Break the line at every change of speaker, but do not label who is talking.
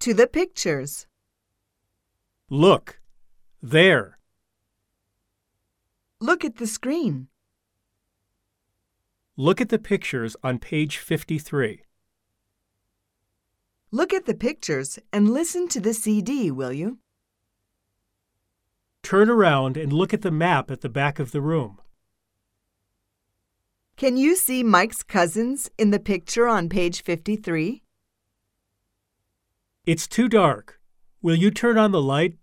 To the pictures.
Look. There.
Look at the screen.
Look at the pictures on page 53.
Look at the pictures and listen to the CD, will you?
Turn around and look at the map at the back of the room.
Can you see Mike's cousins in the picture on page 53?
It's too dark. Will you turn on the light